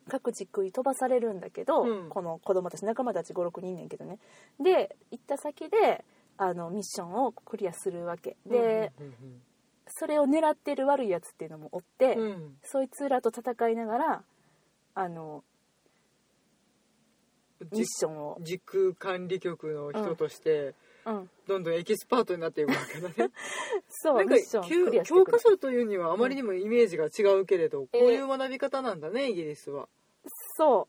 Speaker 1: 各自食い飛ばされるんだけど、
Speaker 2: うん
Speaker 1: この子供たち仲間たち56人いんねんけどねで行った先であのミッションをクリアするわけで、
Speaker 2: うん
Speaker 1: それを狙ってる悪いやつっていうのもおって、
Speaker 2: うんうん
Speaker 1: そいつらと戦いながらあのミッ
Speaker 2: じ
Speaker 1: ションを、
Speaker 2: 時空管理局の人として
Speaker 1: うん、
Speaker 2: どんどんエキスパートになっていくわけだね
Speaker 1: そう
Speaker 2: なん
Speaker 1: ミ
Speaker 2: か
Speaker 1: ッション
Speaker 2: 教
Speaker 1: クリアして
Speaker 2: 教
Speaker 1: くる
Speaker 2: 科書というにはあまりにもイメージが違うけれど、こういう学び方なんだねイギリスは
Speaker 1: そ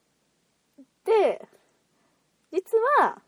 Speaker 1: うで実は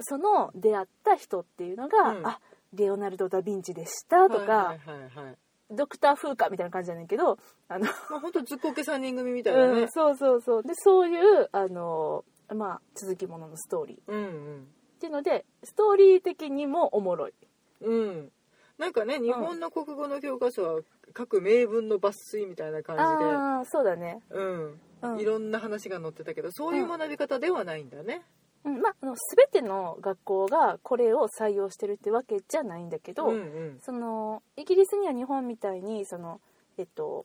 Speaker 1: その出会った人っていうのが「
Speaker 2: うん
Speaker 1: あレオナルド・ダ・ヴィンチでした」とか、
Speaker 2: はいはいはいはい
Speaker 1: ドクター・フーカみたいな感じじゃないけどあの
Speaker 2: まあ本当ずっこけ3人組みたいな
Speaker 1: う
Speaker 2: ね
Speaker 1: ん、そうそうそうでそういうあの、まあ、続きもののストーリーっ
Speaker 2: うんうん
Speaker 1: ていうのでストーリー的にもおもろい
Speaker 2: うん、なんかね日本の国語の教科書は各名文の抜粋みたいな感
Speaker 1: ああーそうだね、
Speaker 2: じで、うん
Speaker 1: うん
Speaker 2: いろんな話が載ってたけどそういう学び方ではないんだね。
Speaker 1: うんまあ、あの全ての学校がこれを採用してるってわけじゃないんだけど、
Speaker 2: うんうん
Speaker 1: そのイギリスには日本みたいにその、えっと、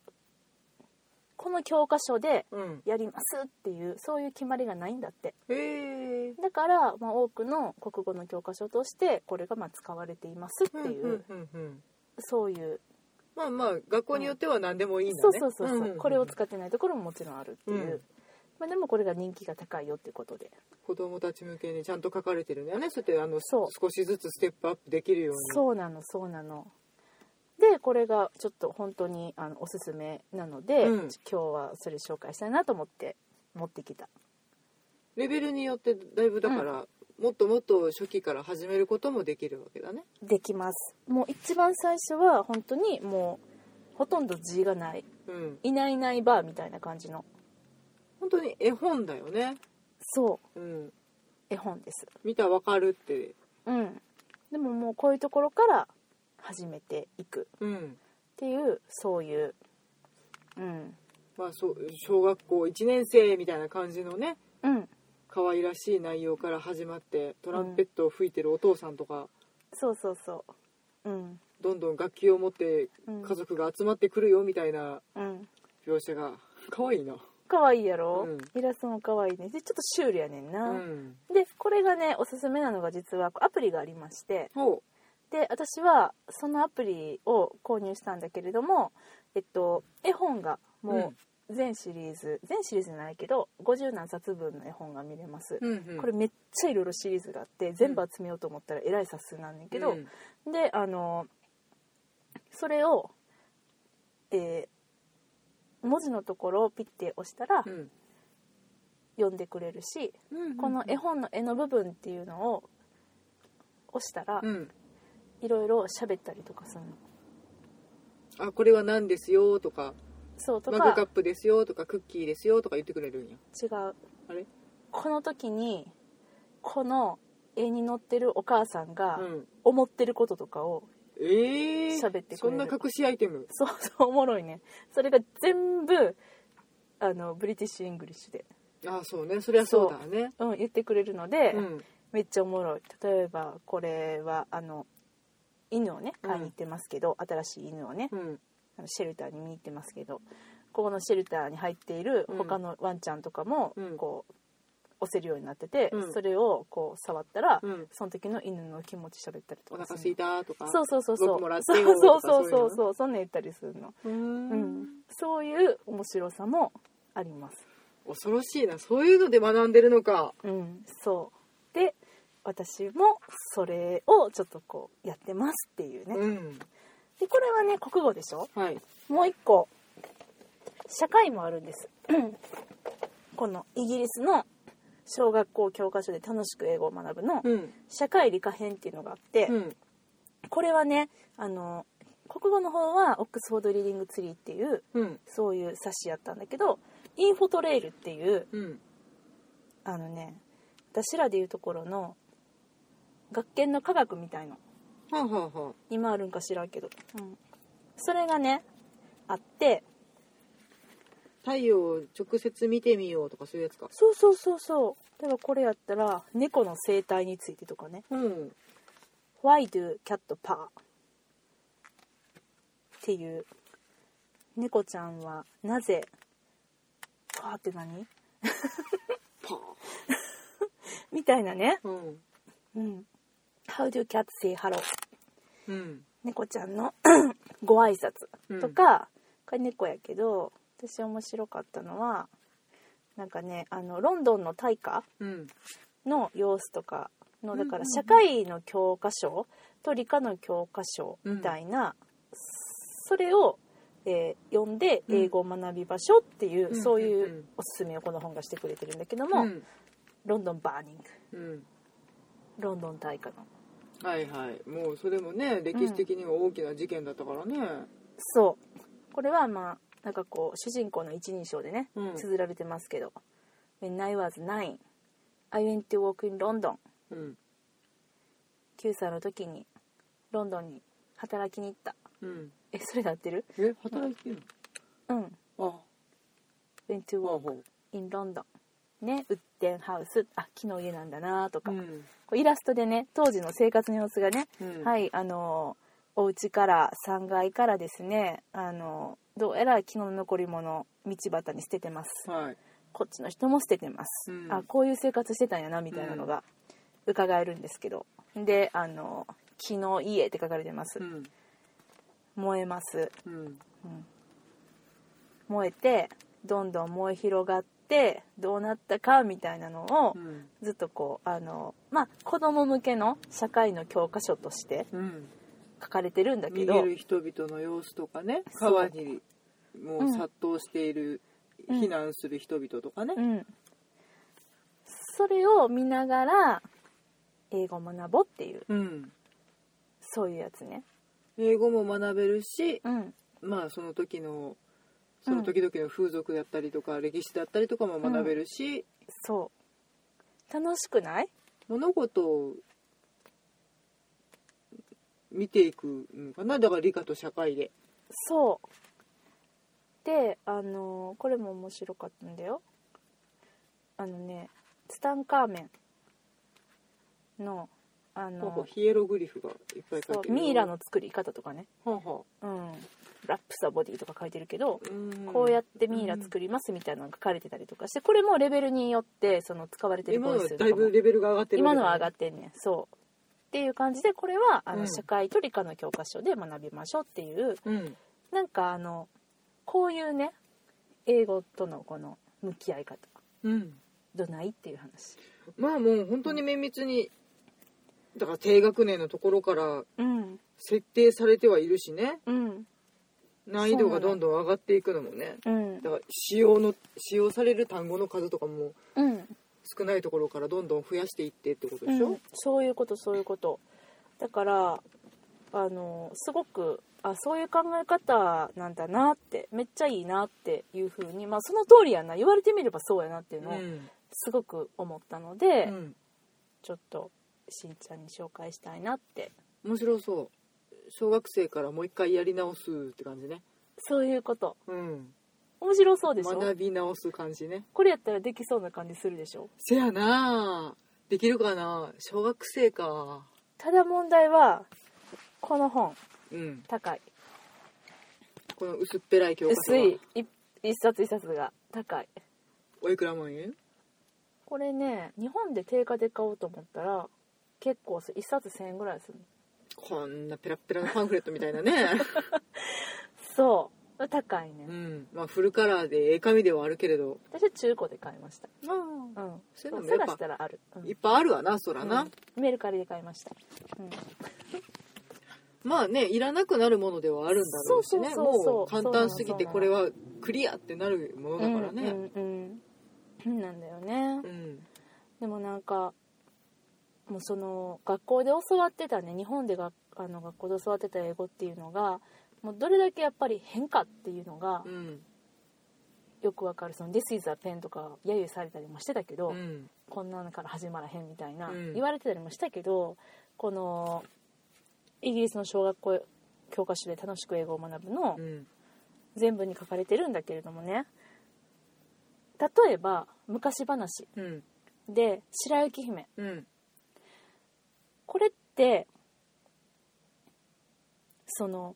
Speaker 1: この教科書で
Speaker 2: うん、
Speaker 1: やりますっていうそういう決まりがないんだって
Speaker 2: へえ。
Speaker 1: だから、まあ、多くの国語の教科書としてこれがまあ使われていますって
Speaker 2: うん
Speaker 1: いう、
Speaker 2: うんうんうん
Speaker 1: そういう
Speaker 2: まあまあ学校によっては何でもいいんだ
Speaker 1: そう
Speaker 2: ね。
Speaker 1: そうそうそう,、
Speaker 2: んんん
Speaker 1: これを使ってないところももちろんあるっていう、
Speaker 2: うん
Speaker 1: まあ、でもこれが人気が高いよっていうことで、
Speaker 2: 子供たち向けにちゃんと書かれてるんだよね。そうやってあの
Speaker 1: そう
Speaker 2: 少しずつステップアップできるように。う。
Speaker 1: そうなのそうなのでこれがちょっと本当にあのおすすめなので、
Speaker 2: うん
Speaker 1: 今日はそれ紹介したいなと思って持ってきた
Speaker 2: レベルによってだいぶだから、もっともっと初期から始めることもできるわけだね。
Speaker 1: できますもう一番最初は本当にもうほとんど字がない
Speaker 2: うん。
Speaker 1: いないいないバーみたいな感じの
Speaker 2: 本当に絵本だよね。
Speaker 1: そう
Speaker 2: うん。
Speaker 1: 絵本です
Speaker 2: 見たらわかるって
Speaker 1: うんでももうこういうところから始めていく
Speaker 2: うん
Speaker 1: っていうそういううん
Speaker 2: まあそう小学校1年生みたいな感じのね
Speaker 1: うん
Speaker 2: 可愛らしい内容から始まってトランペットを吹いてるお父さんとか、
Speaker 1: そうそうそううん
Speaker 2: どんどん楽器を持って
Speaker 1: うん
Speaker 2: 家族が集まってくるよみたいな
Speaker 1: うん
Speaker 2: 描写が可愛いな
Speaker 1: 可愛いやろ、
Speaker 2: う
Speaker 1: イラストも可愛いねでちょっとシュールやねん
Speaker 2: う
Speaker 1: な、
Speaker 2: ん
Speaker 1: でこれがねおすすめなのが実はアプリがありまして
Speaker 2: ほ
Speaker 1: で私はそのアプリを購入したんだけれどもえっと絵本がもう全シリーズ、全シリーズじゃないけど50何冊分の絵本が見れます、
Speaker 2: う、うんうん、
Speaker 1: これめっちゃいろいろシリーズがあって全部集めようと思ったらえらい冊数なんだけど、
Speaker 2: うん
Speaker 1: であのそれを、えー文字のところをピッて押したら
Speaker 2: うん
Speaker 1: 読んでくれるし、
Speaker 2: うん
Speaker 1: この絵本の絵の部分っていうのを押したら
Speaker 2: うん
Speaker 1: いろいろ喋ったりとかするの。
Speaker 2: あこれは何ですよとか
Speaker 1: そうと
Speaker 2: マグカッ
Speaker 1: か
Speaker 2: プですよとかクッキーですよとか言ってくれるんや
Speaker 1: 違う
Speaker 2: あれ
Speaker 1: この時にこの絵に載ってるお母さんが
Speaker 2: うん
Speaker 1: 思ってることとかを、
Speaker 2: ええー、
Speaker 1: 喋ってくれる
Speaker 2: そんな隠しアイテム
Speaker 1: そうそうおもろいねそれが全部あのブリティッシュ・イングリッシュで、
Speaker 2: あそうねそりゃそうだね
Speaker 1: うん、言ってくれるので、
Speaker 2: うん
Speaker 1: めっちゃおもろい例えばこれはあの犬をね買いに行ってますけど、新しい犬をね
Speaker 2: うん
Speaker 1: あのシェルターに見に行ってますけどここのシェルターに入っている
Speaker 2: うん
Speaker 1: 他のワンちゃんとかも
Speaker 2: うん
Speaker 1: こう押せるようになってて、
Speaker 2: うん
Speaker 1: それをこう触ったら、
Speaker 2: うん
Speaker 1: その時の犬の気持ち喋ったりと
Speaker 2: お
Speaker 1: か
Speaker 2: 腹す
Speaker 1: る
Speaker 2: いたとか
Speaker 1: そうそうそうそう
Speaker 2: 僕もらって
Speaker 1: そう
Speaker 2: よと
Speaker 1: そう
Speaker 2: か
Speaker 1: そうそう
Speaker 2: う
Speaker 1: そうそんなん言ったりするの、
Speaker 2: う
Speaker 1: うんん、そういう面白さもあります
Speaker 2: 恐ろしいなそういうので学んでるのか
Speaker 1: うんそうで私もそれをちょっとこうやってますっていうね、
Speaker 2: うん
Speaker 1: でこれはね国語でしょ
Speaker 2: はい
Speaker 1: もう一個社会もあるんです このイギリスの小学校教科書で楽しく英語を学ぶの
Speaker 2: うん
Speaker 1: 社会理科編っていうのがあって、
Speaker 2: うん
Speaker 1: これはねあの国語の方はオックスフォード・リーディング・ツリーっていう
Speaker 2: うん
Speaker 1: そういう冊子やったんだけどインフォトレイルっていう
Speaker 2: うん
Speaker 1: あのね私らでいうところの学研の科学みたいの
Speaker 2: はあ、はあはあ、
Speaker 1: 今あるんか知らんけど、うん、それがねあって
Speaker 2: 太陽を直接見てみようとかそういうやつか
Speaker 1: そうそうそうそう例えばこれやったら猫の生態についてとかね
Speaker 2: うん
Speaker 1: 「Why do cat purr?」っていう「猫ちゃんはなぜパーって何みたいなね。
Speaker 2: うん
Speaker 1: うん。How do cats say hello?
Speaker 2: うん
Speaker 1: 猫ちゃんの ご挨拶とか、これ猫やけど私面白かったのはなんかねあのロンドンの大火
Speaker 2: うん
Speaker 1: の様子とかの
Speaker 2: うんう
Speaker 1: だ
Speaker 2: ん
Speaker 1: から社会の教科書と理科の教科書みたいな、それを、えー読んで
Speaker 2: うん
Speaker 1: 英語を学びましょうっていう、
Speaker 2: うん
Speaker 1: そうい
Speaker 2: んう
Speaker 1: ううんおすすめをこの本がしてくれてるんだけども、
Speaker 2: うん
Speaker 1: ロンドンバーニング
Speaker 2: うん
Speaker 1: ロンドン大火の
Speaker 2: はいはいもうそれもね歴史的には大きな事件だったからね
Speaker 1: そうこれはまあなんかこう主人公の一人称でね、
Speaker 2: うん
Speaker 1: 綴られてますけど「When I was nine I went to walk in London」
Speaker 2: うん
Speaker 1: 9歳の時にロンドンに働きに行った
Speaker 2: うん
Speaker 1: えそれで合ってる
Speaker 2: え働いてる
Speaker 1: うん
Speaker 2: のあ
Speaker 1: went to
Speaker 2: ほう
Speaker 1: walk
Speaker 2: ほ
Speaker 1: in London ねウッデンハウスあ木の家なんだなとか、
Speaker 2: う
Speaker 1: こ
Speaker 2: ん
Speaker 1: うイラストでね当時の生活の様子がね、
Speaker 2: うん
Speaker 1: はいあのーお家から3階からですねあのーどうやら木の残り物道端に捨ててます
Speaker 2: はい
Speaker 1: こっちの人も捨ててます、
Speaker 2: うん
Speaker 1: あこういう生活してたんやなみたいなのが伺えるんですけどであの「木の家」って書かれてます、
Speaker 2: うん
Speaker 1: 燃えます、
Speaker 2: うん
Speaker 1: うん燃えてどんどん燃え広がってどうなったかみたいなのを
Speaker 2: うん
Speaker 1: ずっとこうあのまあ子供向けの社会の教科書として
Speaker 2: うん
Speaker 1: 書かれてるんだけ
Speaker 2: 逃
Speaker 1: ど
Speaker 2: げる人々の様子とかね
Speaker 1: そう
Speaker 2: 川にもう殺到している、
Speaker 1: うん
Speaker 2: 避難する人々とかね
Speaker 1: う、ん、それを見ながら英語を学ぼうっていう
Speaker 2: うん、
Speaker 1: そういうやつね。
Speaker 2: 英語も学べるし、
Speaker 1: うん
Speaker 2: まあその時のその時々の風俗だったりとか、歴史だったりとかも学べるし、
Speaker 1: そう楽しくない
Speaker 2: 物事を見ていくのかなだから理科と社会で。
Speaker 1: そうであのーこれも面白かったんだよあのねツタンカーメンのあ
Speaker 2: ほうほう
Speaker 1: の
Speaker 2: ヒエログリフがいっぱい書い
Speaker 1: そ
Speaker 2: て
Speaker 1: う
Speaker 2: るよ
Speaker 1: ミイラの作り方とかね、
Speaker 2: ほうほ
Speaker 1: うん、ラップサボディとか書いてるけど、
Speaker 2: ううん
Speaker 1: こうやってミイラ作りますみたいなのが書かれてたりとかしてこれもレベルによってその使われてる
Speaker 2: 今
Speaker 1: ボ
Speaker 2: の
Speaker 1: イ
Speaker 2: は
Speaker 1: スとか
Speaker 2: だ
Speaker 1: も
Speaker 2: いぶレベルが上がってる
Speaker 1: 今のは上が
Speaker 2: っ
Speaker 1: ってんねんそうっていう感じでこれはあの、
Speaker 2: うん
Speaker 1: 社会と理科の教科書で学びましょうっていう
Speaker 2: うん
Speaker 1: なんかあのこういうね英語とのこの向き合い方
Speaker 2: うん
Speaker 1: どないっていう話
Speaker 2: まあもう本当に綿密にだから低学年のところから
Speaker 1: うん
Speaker 2: 設定されてはいるしね
Speaker 1: うん
Speaker 2: 難易度がどんどん上がっていくのもね
Speaker 1: うん
Speaker 2: だから使用の使用される単語の数とかも
Speaker 1: うん
Speaker 2: 少ないところからどんどん増やしていってってことでしょ、
Speaker 1: そういうことそういうことだからあのすごくあそういう考え方なんだなってめっちゃいいなっていうふうにまあその通りやな言われてみればそうやなっていう
Speaker 2: う
Speaker 1: のを
Speaker 2: ん
Speaker 1: すごく思ったので、
Speaker 2: うん
Speaker 1: ちょっとしんちゃんに紹介したいなって
Speaker 2: 面白そう小学生からもう一回やり直すって感じね、
Speaker 1: そういうこと
Speaker 2: うん、
Speaker 1: 面白そうでし
Speaker 2: 学
Speaker 1: ょ
Speaker 2: び直す感じね
Speaker 1: これやったらできそうな感じするでしょ
Speaker 2: せやなできるかな小学生か
Speaker 1: ただ問題はこの本
Speaker 2: うん
Speaker 1: 高い
Speaker 2: この薄っぺらい教科書
Speaker 1: 薄
Speaker 2: はい
Speaker 1: い一冊一冊が高い
Speaker 2: おいくら万円
Speaker 1: これね日本で定価で買おうと思ったら結構する一冊1000円ぐらいする
Speaker 2: こんなペラッペラのパンフレットみたいな ね、
Speaker 1: そう高いね、
Speaker 2: うん、まあフルカラーでええ紙ではあるけれど
Speaker 1: 私は中古で買いました
Speaker 2: あ
Speaker 1: うん
Speaker 2: そういうのもやっぱ
Speaker 1: 探したらある、うん
Speaker 2: いっぱいあるわなそらな、
Speaker 1: うんメルカリで買いました、うん
Speaker 2: まあねいらなくなるものではあるんだろうしね
Speaker 1: そうそうそうそう
Speaker 2: もう簡単すぎてこれはクリアってなるものだからね
Speaker 1: うんうんうんなんだよね、
Speaker 2: うん
Speaker 1: でもなんかもうその学校で教わってたね日本でがあの学校で教わってた英語っていうのがもうどれだけやっぱり変化っていうのが
Speaker 2: うん
Speaker 1: よくわかる「その This is a pen」とか揶揄されたりもしてたけど、
Speaker 2: うん
Speaker 1: こんなのから始まらへんみたいな、
Speaker 2: うん
Speaker 1: 言われてたりもしたけどこのイギリスの小学校教科書で楽しく英語を学ぶの
Speaker 2: うん
Speaker 1: 全部に書かれてるんだけれどもね例えば昔話
Speaker 2: うん
Speaker 1: で「白雪姫」
Speaker 2: うん
Speaker 1: これってその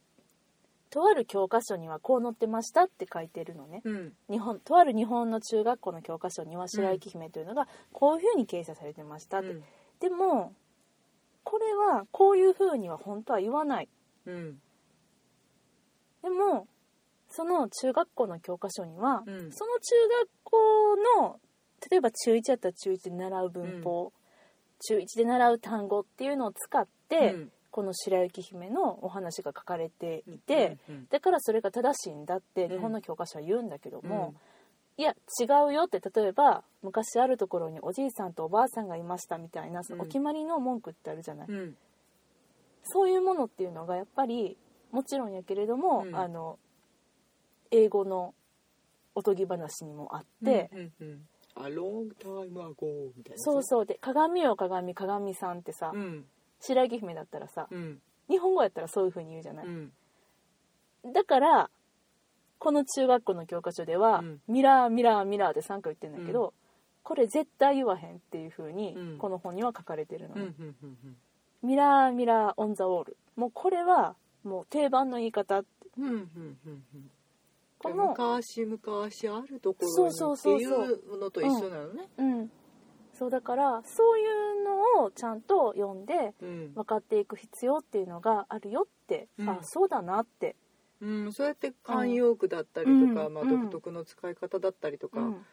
Speaker 1: とある教科書にはこう載ってましたって書いてるのね
Speaker 2: うん
Speaker 1: 日本とある日本の中学校の教科書には白雪姫というのがこういうふうに掲載されてましたって、でもこれはこういうふうには本当は言わない
Speaker 2: うん
Speaker 1: でもその中学校の教科書には、
Speaker 2: うん
Speaker 1: その中学校の例えば中1やったら中1で習う文法、中1で習う単語っていうのを使って、
Speaker 2: うん
Speaker 1: この白雪姫のお話が書かれていて、
Speaker 2: うん
Speaker 1: だからそれが正しいんだって
Speaker 2: ん
Speaker 1: 日本の教科書は言うんだけども、いや違うよって例えば昔あるところにおじいさんとおばあさんがいましたみたいなその
Speaker 2: うん
Speaker 1: お決まりの文句ってあるじゃない、
Speaker 2: うん
Speaker 1: そういうものっていうのがやっぱりもちろんやけれども、
Speaker 2: うん
Speaker 1: あの英語のおとぎ話にもあって、
Speaker 2: うんうんうん「A long time ago」みたいな
Speaker 1: そうそうで「鏡よ鏡鏡さん」ってさ、
Speaker 2: うん
Speaker 1: 白雪姫だったらさ、
Speaker 2: うん
Speaker 1: 日本語やったらそういう風に言うじゃない、
Speaker 2: うん
Speaker 1: だからこの中学校の教科書では「
Speaker 2: うん
Speaker 1: ミラーミラーミラー」で3回言ってるんだけど、これ絶対言わへんっていう風に
Speaker 2: うん
Speaker 1: この本には書かれてるの、
Speaker 2: うんうんうん
Speaker 1: ミラーミラーオンザウォールもうこれはもう定番の言い方
Speaker 2: うんうんうんうんうん
Speaker 1: この
Speaker 2: 昔昔あるところに
Speaker 1: そう
Speaker 2: っ
Speaker 1: そ
Speaker 2: て
Speaker 1: う
Speaker 2: い
Speaker 1: そうそう
Speaker 2: うのと一緒なのね
Speaker 1: うんそうだからそういうのをちゃんと読んで
Speaker 2: うん
Speaker 1: 分かっていく必要っていうのがあるよって、
Speaker 2: うん
Speaker 1: あそうだなって、
Speaker 2: うんそうやって慣用句だったりとか
Speaker 1: うん
Speaker 2: まあ
Speaker 1: うん
Speaker 2: 独特の使い方だったりと
Speaker 1: う
Speaker 2: か
Speaker 1: ん、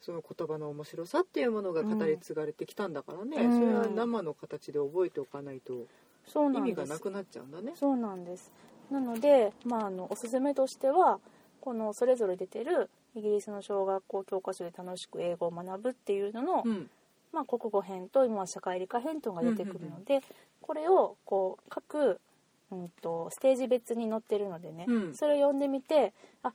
Speaker 2: その言葉の面白さっていうものが語り継がれてきたんだからね、
Speaker 1: うん
Speaker 2: それは生の形で覚えておかないと
Speaker 1: そう
Speaker 2: 意
Speaker 1: なん
Speaker 2: 味
Speaker 1: です
Speaker 2: がなくなっちゃうんだね。
Speaker 1: そうなんですなので、まあ、あのおすすめとしてはこのそれぞれ出てるイギリスの小学校教科書で楽しく英語を学ぶっていうのの、
Speaker 2: うん
Speaker 1: まあ、国語編と今は社会理科編というのが出てくるので、これをこう各、うん、とステージ別に載ってるのでね、
Speaker 2: うん
Speaker 1: それを読んでみてあ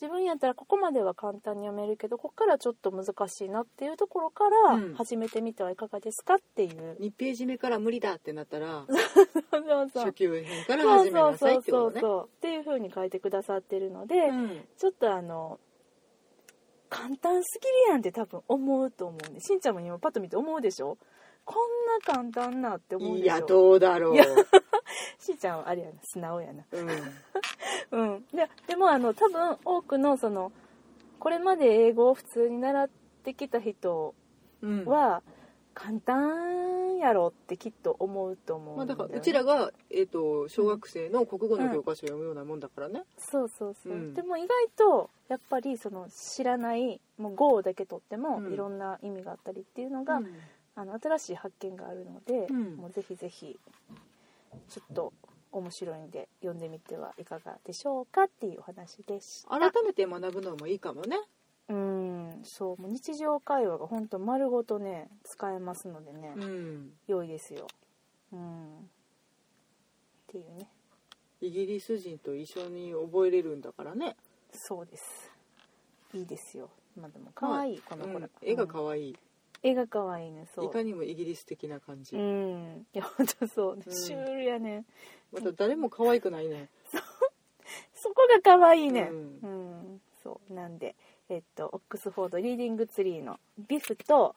Speaker 1: 自分やったらここまでは簡単に読めるけどここからちょっと難しいなっていうところか
Speaker 2: うん
Speaker 1: ら始めてみてはいかがですかっていう、
Speaker 2: 2ページ目から無理だってなったら
Speaker 1: そうそうそう
Speaker 2: 初級編から
Speaker 1: そう
Speaker 2: 始め
Speaker 1: そう
Speaker 2: なさ
Speaker 1: そう
Speaker 2: いって
Speaker 1: そ
Speaker 2: こ
Speaker 1: う
Speaker 2: とね。
Speaker 1: そうっていう風に書いてくださってるので、
Speaker 2: うん
Speaker 1: ちょっとあの簡単すぎるやんって多分思うと思うんでしんちゃんも今パッと見て思うでしょこんな簡単なって思うで
Speaker 2: い
Speaker 1: し
Speaker 2: や
Speaker 1: ょ
Speaker 2: どうだろう
Speaker 1: いや、しんちゃんはあれやな素直やな
Speaker 2: うん、
Speaker 1: うんででもあの多分多くのそのこれまで英語を普通に習ってきた人
Speaker 2: うん
Speaker 1: は、簡単やろってきっと思うと思う
Speaker 2: まあ、
Speaker 1: んだ
Speaker 2: だ
Speaker 1: よね、
Speaker 2: からうちらが、えー、と小学生の国語の教科書を読むようなもんだからね。
Speaker 1: そうそうそう、
Speaker 2: うん
Speaker 1: でも意外とやっぱりその知らないもう語だけ取っても
Speaker 2: うん
Speaker 1: いろんな意味があったりっていうのが、
Speaker 2: うん
Speaker 1: あの新しい発見があるので、
Speaker 2: うん
Speaker 1: もうぜひぜひちょっと面白いんで読んでみてはいかがでしょうかっていうお話でした
Speaker 2: 改めて学ぶのもいいかもね。
Speaker 1: うんそうもう日常会話が本当丸ごとね使えますのでね、
Speaker 2: うん、
Speaker 1: 良いですようんっていうね
Speaker 2: イギリス人と一緒に覚えれるんだからね。
Speaker 1: そうですいいですよまあでも可愛い、この子
Speaker 2: う
Speaker 1: ら
Speaker 2: ん、絵が
Speaker 1: うん
Speaker 2: 可愛い。
Speaker 1: 絵が可愛いねそう
Speaker 2: いかにもイギリス的な感じ、
Speaker 1: うんいや本当そうね、
Speaker 2: うん
Speaker 1: シュールやね
Speaker 2: また誰も可愛くないね
Speaker 1: そこが可愛いね
Speaker 2: うん
Speaker 1: うん、そうなんでえっとオックスフォードリーディングツリーのビフと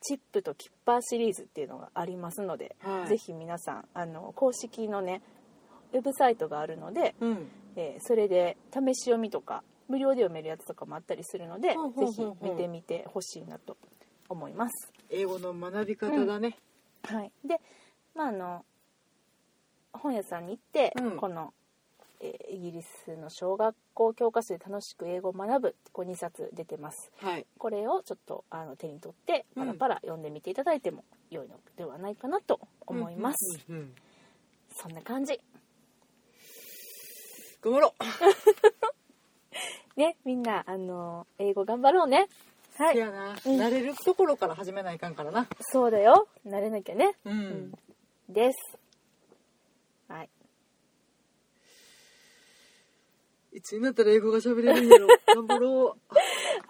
Speaker 1: チップとキッパーシリーズっていうのがありますので、
Speaker 2: はい
Speaker 1: ぜひ皆さんあの公式のねウェブサイトがあるので、
Speaker 2: うん
Speaker 1: えーそれで試し読みとか無料で読めるやつとかもあったりするので、
Speaker 2: ほうほうほう
Speaker 1: ぜ
Speaker 2: ほ
Speaker 1: ひ
Speaker 2: う
Speaker 1: 見てみてほしいなと思います
Speaker 2: 英語の学び方だね、
Speaker 1: はい、で、まあ、あの本屋さんに行って、
Speaker 2: うん
Speaker 1: この、えーイギリスの小学校教科書で楽しく英語を学ぶ」こう2冊出てます
Speaker 2: はい
Speaker 1: これをちょっとあの手に取って
Speaker 2: う
Speaker 1: パ
Speaker 2: ん
Speaker 1: ラパラ読んでみていただいても良いのではないかなと思います、
Speaker 2: うんうんうん
Speaker 1: そんな感じ
Speaker 2: 頑張ろう、
Speaker 1: ねみんなあの英語頑張ろうねは
Speaker 2: せ
Speaker 1: い
Speaker 2: やな、
Speaker 1: うん
Speaker 2: 慣れるところから始めないかんからな
Speaker 1: そうだよ慣れなきゃね、
Speaker 2: うん、
Speaker 1: うんですはい
Speaker 2: いつになったら英語が喋れるんやろ 頑張ろう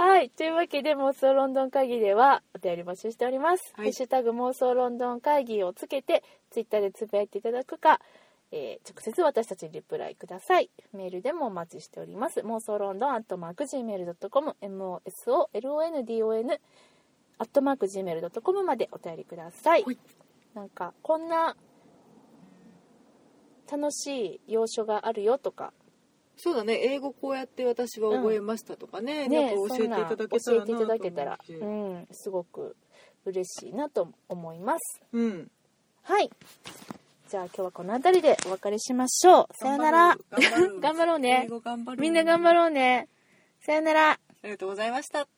Speaker 1: はい。というわけで、妄想ロンドン会議では、お便り募集しております。
Speaker 2: はい
Speaker 1: ハッシュタグ妄想ロンドン会議をつけて、ツイッターでつぶやいていただくか、えー直接私たちにリプライください。メールでもお待ちしております。妄想ロンドンアットマーク Gmail.com、MOSOLONDON アットマーク Gmail.com までお便りください
Speaker 2: ほい。
Speaker 1: なんか、こんな楽しい要所があるよとか、
Speaker 2: そうだね英語こうやって私は覚えましたとかね、
Speaker 1: ね
Speaker 2: なんか教えていただけた
Speaker 1: そん
Speaker 2: ら
Speaker 1: な教えていただけたら
Speaker 2: なと
Speaker 1: う
Speaker 2: 思うん
Speaker 1: すごく嬉しいなと思います
Speaker 2: しうん
Speaker 1: はいじゃあ今日はこの辺りでお別れしましょうさよなら
Speaker 2: 頑張る
Speaker 1: 頑張ろうね
Speaker 2: 英語頑張る
Speaker 1: みんな頑張ろうねさよなら
Speaker 2: ありがとうございました